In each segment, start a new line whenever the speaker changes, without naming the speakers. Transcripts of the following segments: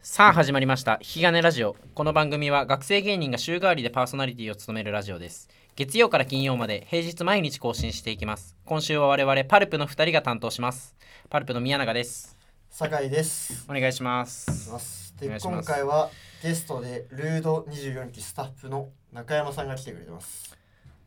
さあ始まりました「引き金ラジオ」この番組は学生芸人が週替わりでパーソナリティを務めるラジオです月曜から金曜まで平日毎日更新していきます今週は我々パルプの2人が担当しますパルプの宮永です
酒井です。
お願いします
ます
お願
で
いしま
今
す
回はゲストでルード24期スタッフの中山さんが来てくれてます。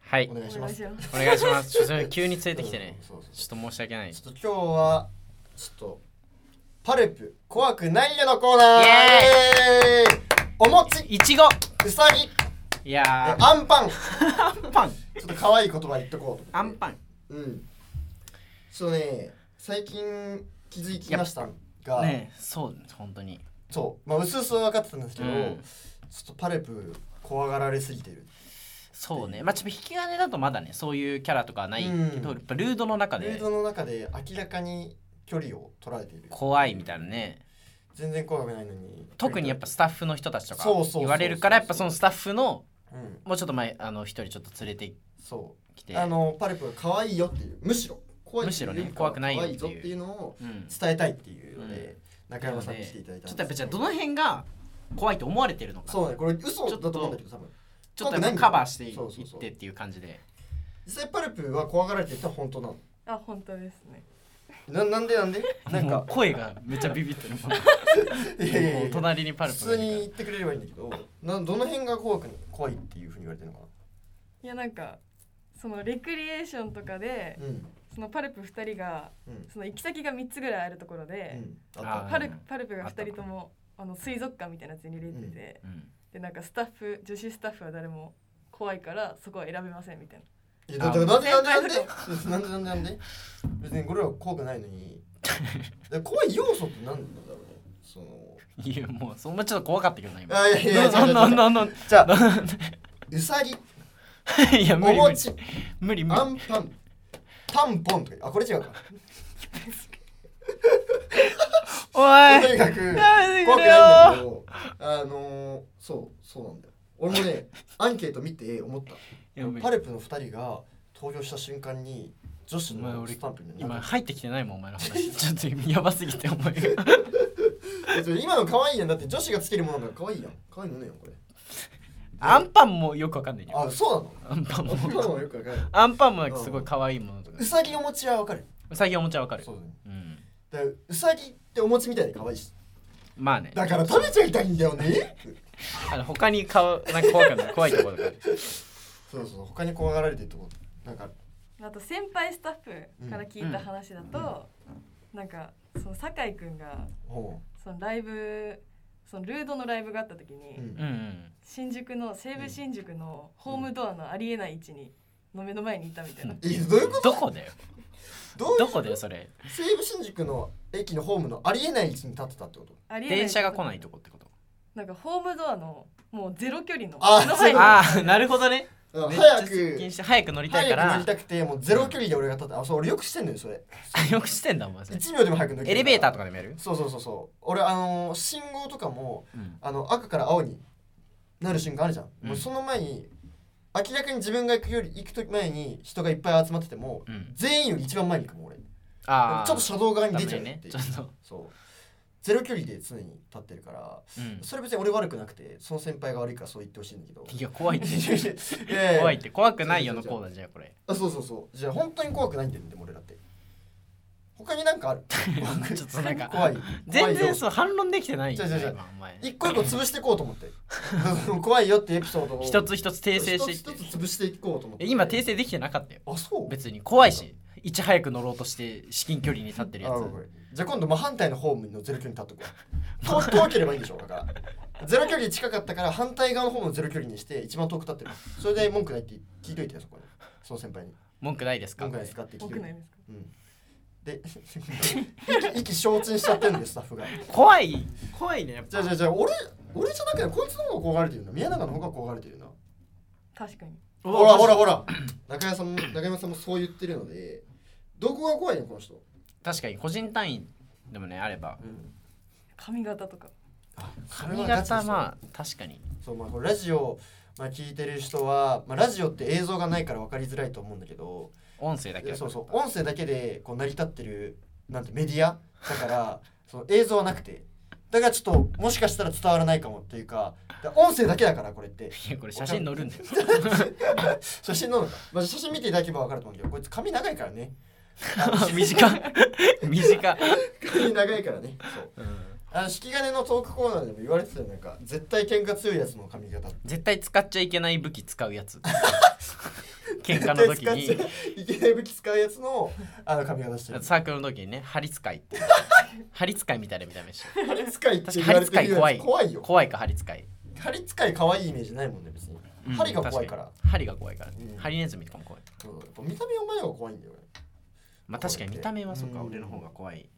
はい
お願いします。
お願いし
お願いしますちょっと急に連れてきてね
そうそう
ち
そ
ょっと申し訳ないう
ちょっと今日はちょっとパルプ怖くないよのコーナー。
イ
イエーイお餅、
いちご
うさぎ、
い
え
や
アンパン。ち
ーアンパン
ょっと可愛い言葉言っとこうと思って。
アンパン
うん。ちょっとね最近気づきましたが、
ねえそう本当に
そうまあ薄々は分かってたんですけど、
うん
ちょっとパルプ怖がられすぎてる。
そうねまあちょっと引き金だとまだねそういうキャラとかはないけど、
うん
やっぱルードの中
ルー
で
ドの中で明らかに距離を取られている
怖いみたいなね
全然怖くないのに
特にやっぱスタッフの人たちとか
そうそうそうそう
言われるからやっぱそのスタッフの
うん
もうちょっと前あの一人ちょっと連れて
そ
き
う
て
あのパルプが可愛いよっていうむしろ怖い
むしろね怖くないよ
よ
って
可
い
愛
う
いぞっていうのを
うん、ち
伝えたいっていうので、中山さんに来ていただいた
ょっ
ん
とやっ
で
ぱ
す
じゃ
け
あどの辺が怖いと思われてるのか
そうねこれ嘘だと思うんだけど多分
ちょっとやっぱカバーしていいってっていう感じで
実際パルプは怖がられてたら本当なの
あ、本当ですね。
ななんでなんでなん
もう
か
声がめっちゃビビってるもん
いやいやいや
隣にパル
普
プ
通
が
に
いる
言
か
ってくれればいいんだけどなどの辺が怖く怖いっていうふうに言われてるのか
いや、なんか、そのレクリエーションとかで
な、うん
そのパルプ二人が、
うん
その行き先が三つぐらいあるところで。
うんあ
あ
っ
パル
うん
パルプが
あった
二人とも、あの水族館みたいなやつに入れてて、
ら、うん
で、なんかスタッフ、女子スタッフは誰も。怖いから、そこは選べませんみたいな。
いやだってなんでなんでなんでなんでなんでなんで別にこれは怖くないのにで怖い要素って何なんだろうねその
いやもうそんなちょっと怖かったけどな今
あいやいや違う
な
違う
な
違う
なな
じゃあうさぎ
いや
お
無理無理
餅
無理無
あ
理
んパンタンポンとかあこれ違うか
お
とにかく怖
めてく
く
れ
ないんだけ
よ
どあのー、そうそうなんだよ俺 もねアンケート見て思った
いや無理
パルプの二人が登場した瞬間に女子
お前
の
俺
スタンプに
今入ってきてないもんお前の話ちょっと今やばすぎて思いが
今今の可愛いやんだって女子がつけるものなんか可愛いやん可愛いものやんこれ
アンパンもよくわかんないよ
あそうな
ア
の
ンパンも
僕らもよくわかる。
アンパンもなんかすごい可愛いものとか
うさぎお餅はわかる。
うさぎおもちゃわかる
そうだね。
うん
だからうさぎってお餅みたいで可愛いし。
まあね
だから食べちゃいたいんだよね。
あの他に顔なんか怖くない怖いところとかある
そうそう。他に怖がられてるとこなんか
あと先輩スタッフから聞いた話だと、なんかその酒井くんが
ほ
そのライブそのルードのライブがあった時に、
う。うん
うんうん
新宿の西武新宿のホームドアのありえない位置にの目の前にいたみたいな、
えどういうこと？
どこだよ
どう
どこだよそれ
西武新宿の駅のホームのありえない位置に立ってたってこと？
ありえない
電車が来ないとこってこと
なんかホームドアのもうゼロ距離の
あ
目の前に
ああなるほどね
だから
めっちゃ
早
接近
く
して早く乗りたいか
早く乗
ら
りたくてもうゼロ距離で俺が立ってあそう俺よくしてんのよそれ。
あよくしてんだお前それ
一秒でも早く乗りたい
エレベーターとか
か
でもやる
ら。そうそうそうそう。俺あのー信号とかも
うん
あの赤から青になる瞬間あるじゃん、
うん
もうその前に明らかに自分が行くより行くと前に人がいっぱい集まってても
うん
全員より一番前に行くもん俺ちょ
あ
っ
あ
と車道側に
ダメ
出ちゃうって
ね
いう、
ちょっと
そうゼロ距離で常に立ってるから
うん
それ別に俺悪くなくてその先輩が悪いからそう言ってほしいんだ けど
いや怖いって
いやいや
怖いって怖くないよのコーナーじゃんこれ
あそうそうそうじゃあ本当に怖くないんだよでも俺だって他になんかある
ちょっとなんか
怖い
全然
そ
そう反論できてないよ
違う違う違う
今お前
一個一個潰していこうと思って 怖いよってエピソードを
一つ一つ訂正していっ
一つ
て
一つ潰していこうと思って
え今訂正できてなかったよ
あそう
別に怖いしいち早く乗ろうとして至近距離に立ってるや
あごめんじゃあ今度真反対のホームのゼロ距離に立っと こう遠遠ければいいんでしょだからゼロ距離近かったから反対側のホームをゼロ距離にして一番遠く立ってるそれで文句ないって聞いといてよそこにその先輩に
つ文句ないですか
文句ないですかって聞い
多
と
く
い
ない
て
ですか
うんで意気消沈しちゃってるんでスタッフが
怖い怖いねやっ
じゃあじゃあじゃあ俺俺じゃなくてこいつの方が怖がれてるな宮永の方が怖がれてるな
確かに
ほらほらほら中山さんも中山さんもそう言ってるのでどこが怖いのこの人、
確かに個人単位でもねあれば
髪型とか
髪型まあ確かに
そうまあこれラジオ、まあ、聞いてる人は、まあ、ラジオって映像がないから分かりづらいと思うんだけど
音声だけだ
そうそう 音声だけでこう成り立ってるなんてメディアだからその映像はなくてだからちょっともしかしたら伝わらないかもっていうかだから音声だけだからこれって
いやこれ写真載るんだよ
写真なのか、まあ、写真見ていただければ分かると思うけどこいつ髪長いからね
あ 短っ 短っ、
髪長いからねそう
うん
あの引き金のトークコーナーでも言われてたよなんか絶対喧嘩強いやつの髪型
絶対使っちゃいけない武器使うや つ喧嘩
絶
の
対
時
使っちゃ
に
いけない武器使うやつのあの髪型してる
サークルの時にね針使いって針使いみたいな見た目してる
針使いって言われてる
確か
や
に
つ怖いよ
怖いか針使い、
針使い可愛いイメージないもんね別に、
うん
針が怖いから
確に針が怖いから、ね
うん
ハリネズミとかも怖い
そうやっぱ見た目お前の方が怖いんだよ俺
まあ確かに見た目はそうか
うん
俺の方が怖い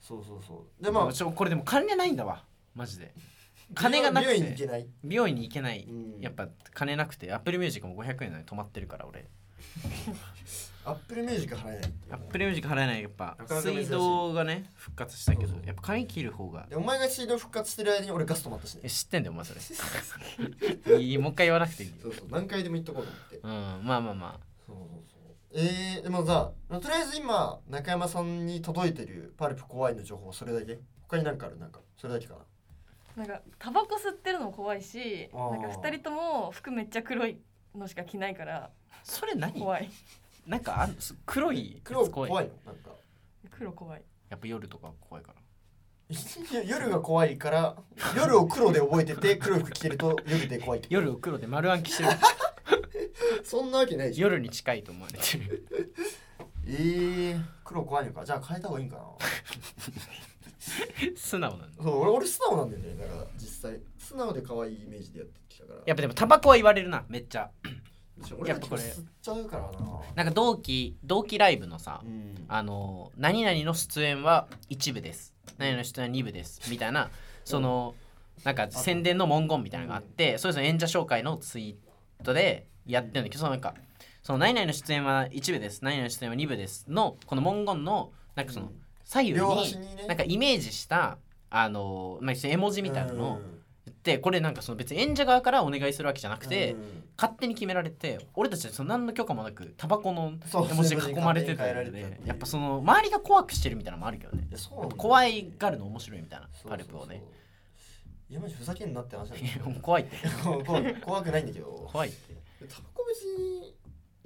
そうそうそうで
ま
ま
あちょこれでも金ないんだわマジで金がなく
美容院に行け
て
ない、
美容院に行けない、
うん
やっぱ金なくてアップルミュージックも500円なのに止まってるから俺
アップルミュージック払えないっていう
アップルミュージック払えないやっぱ
なかなか珍しい
水道がね復活したけど
そうそう
やっぱ金切る方が
でお前が水道復活してる間に俺ガス止まったしね
え知ってんだよお前それいいもう一回言わなくていい
そうそう何回でも言っとこうと思って
うんまあまあま
そうそうそうえー、でもさとりあえず今中山さんに届いてるパルプ怖いの情報それだけ他になんかあるなんかそれだけかな
なんかタバコ吸ってるのも怖いし
あー
なんか二人とも服めっちゃ黒いのしか着ないか
あ
ら
それ何
怖い
なんかあんす黒いやつ
黒
怖
怖
い
いのなんか
黒怖い
やっぱ夜とか怖いから
いや 夜が怖いから夜を黒で覚えてて黒い服着てると夜で怖いって
夜を黒で丸暗記してる
そんなわけないじゃん
夜に近いと思われてる
えー、黒怖いのかじゃあ変えた方がいいんかな
素直なんだ
そう俺俺素直なんだよねだから実際素直で可愛いイメージでやってきたから
やっぱでもタバコは言われるなめっちゃ
俺
や
や
っ
っ
ぱこ
ぱこ
れ
れ吸っちゃうからな
なんか同期同期ライブのさ
うん
あの何々の出演は一部です何々の出演は二部ですみたいなそのなんか宣伝の文言みたいなのがあってそれぞれ演者紹介のツイートでやってるんだけどそのなんかその何々の出演は一部です何々の出演は二部ですのこの文言のなんかその左右
両端
に
にね
なんかイメージしたあのまあ絵文字みたいなのを言ってこれなんかその別に演者側からお願いするわけじゃなくて
うん
勝手に決められて俺たちはその何の許可もなくタバコの
そう
絵文字に囲まれてたの
勝手に変えられてた
で
っていう
やっぱその周りが怖くしてるみたいなのもあるけどね
いやそうなんだよ
怖いがるの面白いみたいな
そうそうそう
パルプをね
いやマジふざけんなって話なんだ
いや
よ
怖いって
怖い 怖くないんだけど
怖いって
タバコ別に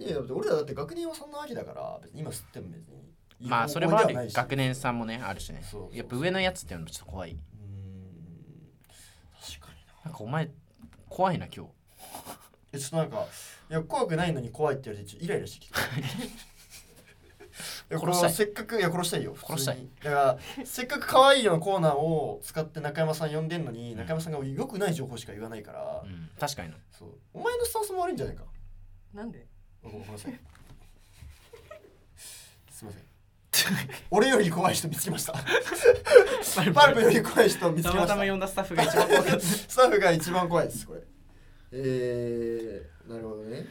ねだって俺らだって学年はそんなわけだから別に今吸っても別に
まあそれもあるよ学
年
年さんもねあるしね
そうそうそう
やっぱ上のやつっていうのもちょっと怖いう
ーん確かにな
なんかお前怖いな今
えちょっとなんかいや怖くないのに怖いって言われてちょっとイライラして きたいやこれ
殺したい
せっかくいや殺したいよ
殺したい
普通にだからせっかく可愛いよのコーナーを使って中山さん呼んでんのに、中山さんが良くない情報しか言わないから、
日うん確かにな
そうお前のスタンスも悪いんじゃないか
なんで
ごめんなさ い。すみ ません。俺より怖い人見つけま した。パルプより怖い人見つ
た
けま
ま
した
ま
た。
呼んだスタッフが一番怖かった
スタッフが一番怖いですこれ。えー、なるほどね。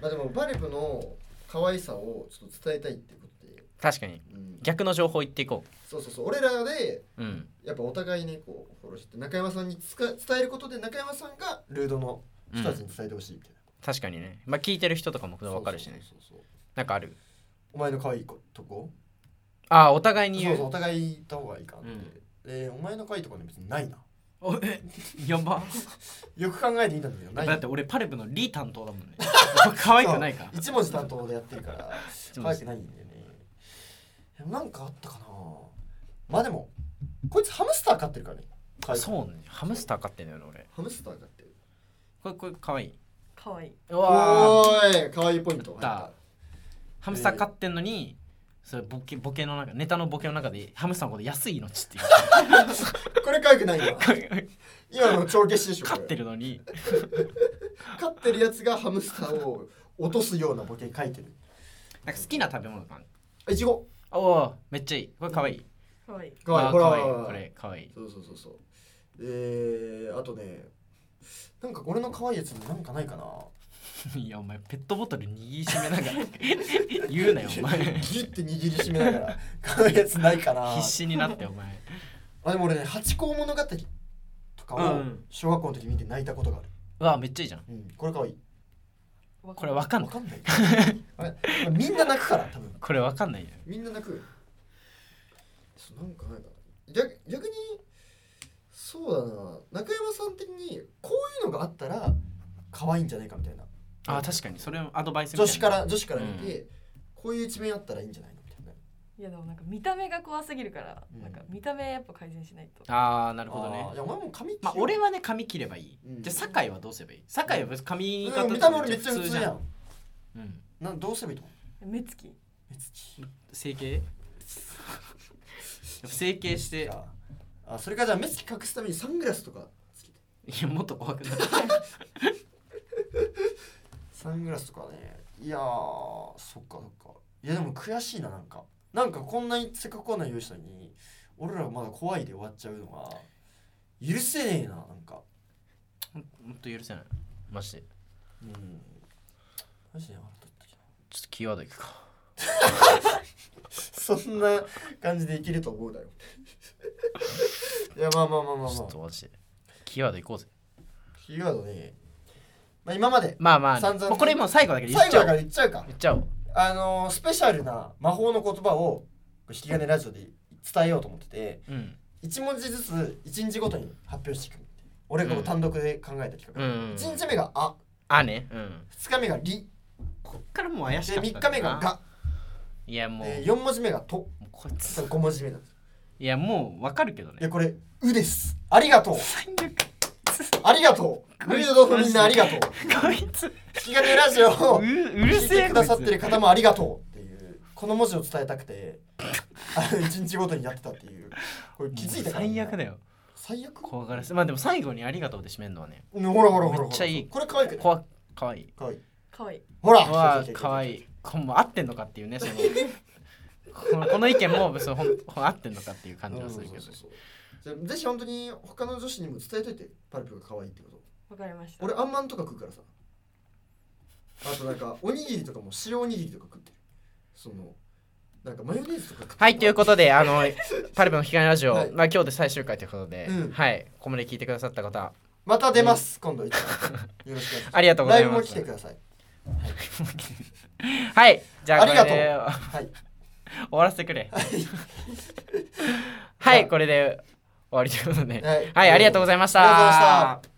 まあでもパルプの可愛さをちょっと伝えたいってことで、
確かに
うん、
逆の情報言っていこ
そうそうそう俺らで
ううん
やっぱお互いにこうフォローして中山さんにつか伝えることで中山さんがルードの人たちに伝えてほしいみたいな。
確かにねまあ聞いてる人とかも分かるしね
そうそうそうそう
なんかある
お前の可愛いことこ
ああお互いに
そ
言
うそう
う
お互い行った方がいいかなって、えーお前の回とかね別にないな
おえやば
よく考えてみたんだけどない
だって俺パルプのリ担当だもんね 可愛くないか
一文字担当でやってるから
文字
可愛くないんだよねいやなんかあったかなまあでもこいつハムスター飼ってるからね飼い
そうねハムスター飼ってんだよね俺
ハムスター飼ってる
これこれ可愛い
可愛いう
お
わー
ーい可愛いポイント
やったハムスター飼ってんのにそれボケボケの中ネタのボケの中でハムスターのこと安い命って
これ可愛くない な
いう
今の帳消しでしょこ
飼
れ
ってるのに
飼ってるやつがハムスターを落とすようなボケ書 いてる
なんか好きな食べ物かな
あいちご
おおめっちゃいいこれ可愛い
可愛い
可愛い
あー
ほら
可愛いこれ可愛い
そうそうそうそう。えー、あとね、なんか俺の可愛いやつになんかないかな。
いやお前ペットボトル握りしめながら言うなよお前必
ギュって握りしめながら、 可愛いやつないかな。
死になってお前
あでも俺ね、八公物語とかを
うん
小学校の時見て泣いたことがある。
うわめっちゃいいじゃん
うん、これ可愛い。
わか
これ
んない
わかん
わ
ない
かんない。あれみんな泣くから、多分。
これわかんないよ
みんな泣く。そうなんかないかな。逆逆に、そうだな中山さん的にこういうのがあったら可愛いんじゃないかみたいな
あー確かにそれもアドバイスみたい
女
な
子から女子から見て、こういう一面あったらいいんじゃないのみたいない
やでもなんか見た目が怖すぎるから、
うん
なんか見た目やっぱ改善しないと
ああなるほど
あー
ね
いやお前もう髪切る
まあ俺はね髪切ればいい、
うん
じゃあ酒井はどうすればいい酒井は別に
う
髪
ん
型
見た目俺めっちゃ普通じゃ
ん、
ん
うん、
なんどうすればいいと思
目つき
う目つき
整形やっぱ整形してい
じゃああそれからじゃあ目つき隠すためにサングラスとかつけて
やもっと怖くなる
サングラスとかねいやーそっかそっかいやでも悔しいななんかなんかこんなにせっかくこんなん用意したのに俺らがまだ怖いで終わっちゃうのが許せねえななんか
ほんほんと許せないマジで
うんマジで腹立ってき
ちょっとキーワードいくか
た そんな感じでいけると思うだよ いやまあまあまあまあ
ち
ま
ょっ
あ
とマジでキーワードいこうぜ
キーワードねまあ今まで
まあまあ、ね、
散々
もうこれもう最後だけど言
最
っち
後
ゃお
だ
う
から言っちゃうか
言っちゃおう
あのースペシャルな魔法の言葉を引き金ラジオで伝えようと思ってて
うん
1文字ずつ1日ごとに発表していく俺がこう単独で考えた企
うんうん
画、一1日目が「あ
あねうん」
2日目が「り
こっからもう」怪し
で
かった
3日目が「が
いや」もう、
で4文字目が「と
もうこい」つ
5文字目なんです
いやもうわかるけど
いや
ね
これ「う」ですありがとう
最悪
ありがとうムードドフみんなありがとう
こいつ
引き金ラジオ
う
を
うる
聞い
せえ
てくださっ
こいつ
てる方もありがとうっていうこの文字を伝えたくてあの1日ごとにやってたっていうこれ気づいたから
最悪だよ
最悪
怖がらせまあでも最後にありがとうで締めるのはね
うんほらほらほらほら
めっちゃいい
これ可愛くない
怖かわいい
可愛い
かわいい
ほら
わあかわいいこもう合ってんのかっていうねその このこの意見もそのほんほん合ってんのかっていう感じはするけど
うんそうそうそうじゃあぜひ本当に他の女子にも伝えといてパルプが可愛いってこと
わかりました
俺あんまんとか食うからさあとなんかおにぎりとかも塩おにぎりとか食ってるそのなんかマヨネーズとか食ってる
はいということであ のパルプの機関ラジオ、
はい
まあ今日で最終回ということで、
うん
はいここまで聞いてくださった方
また出ます、今度いつかよろしくお願いします
ありがとうご
ラ
ざ
イ
い
ブも
ま
来
す
てください
はいじゃあ
あ
こ
り
れ
がとう
で
はい
終わらせてくれは
はい
いこれで終わりということで
はい
はいありがとうございました
ありがとうございました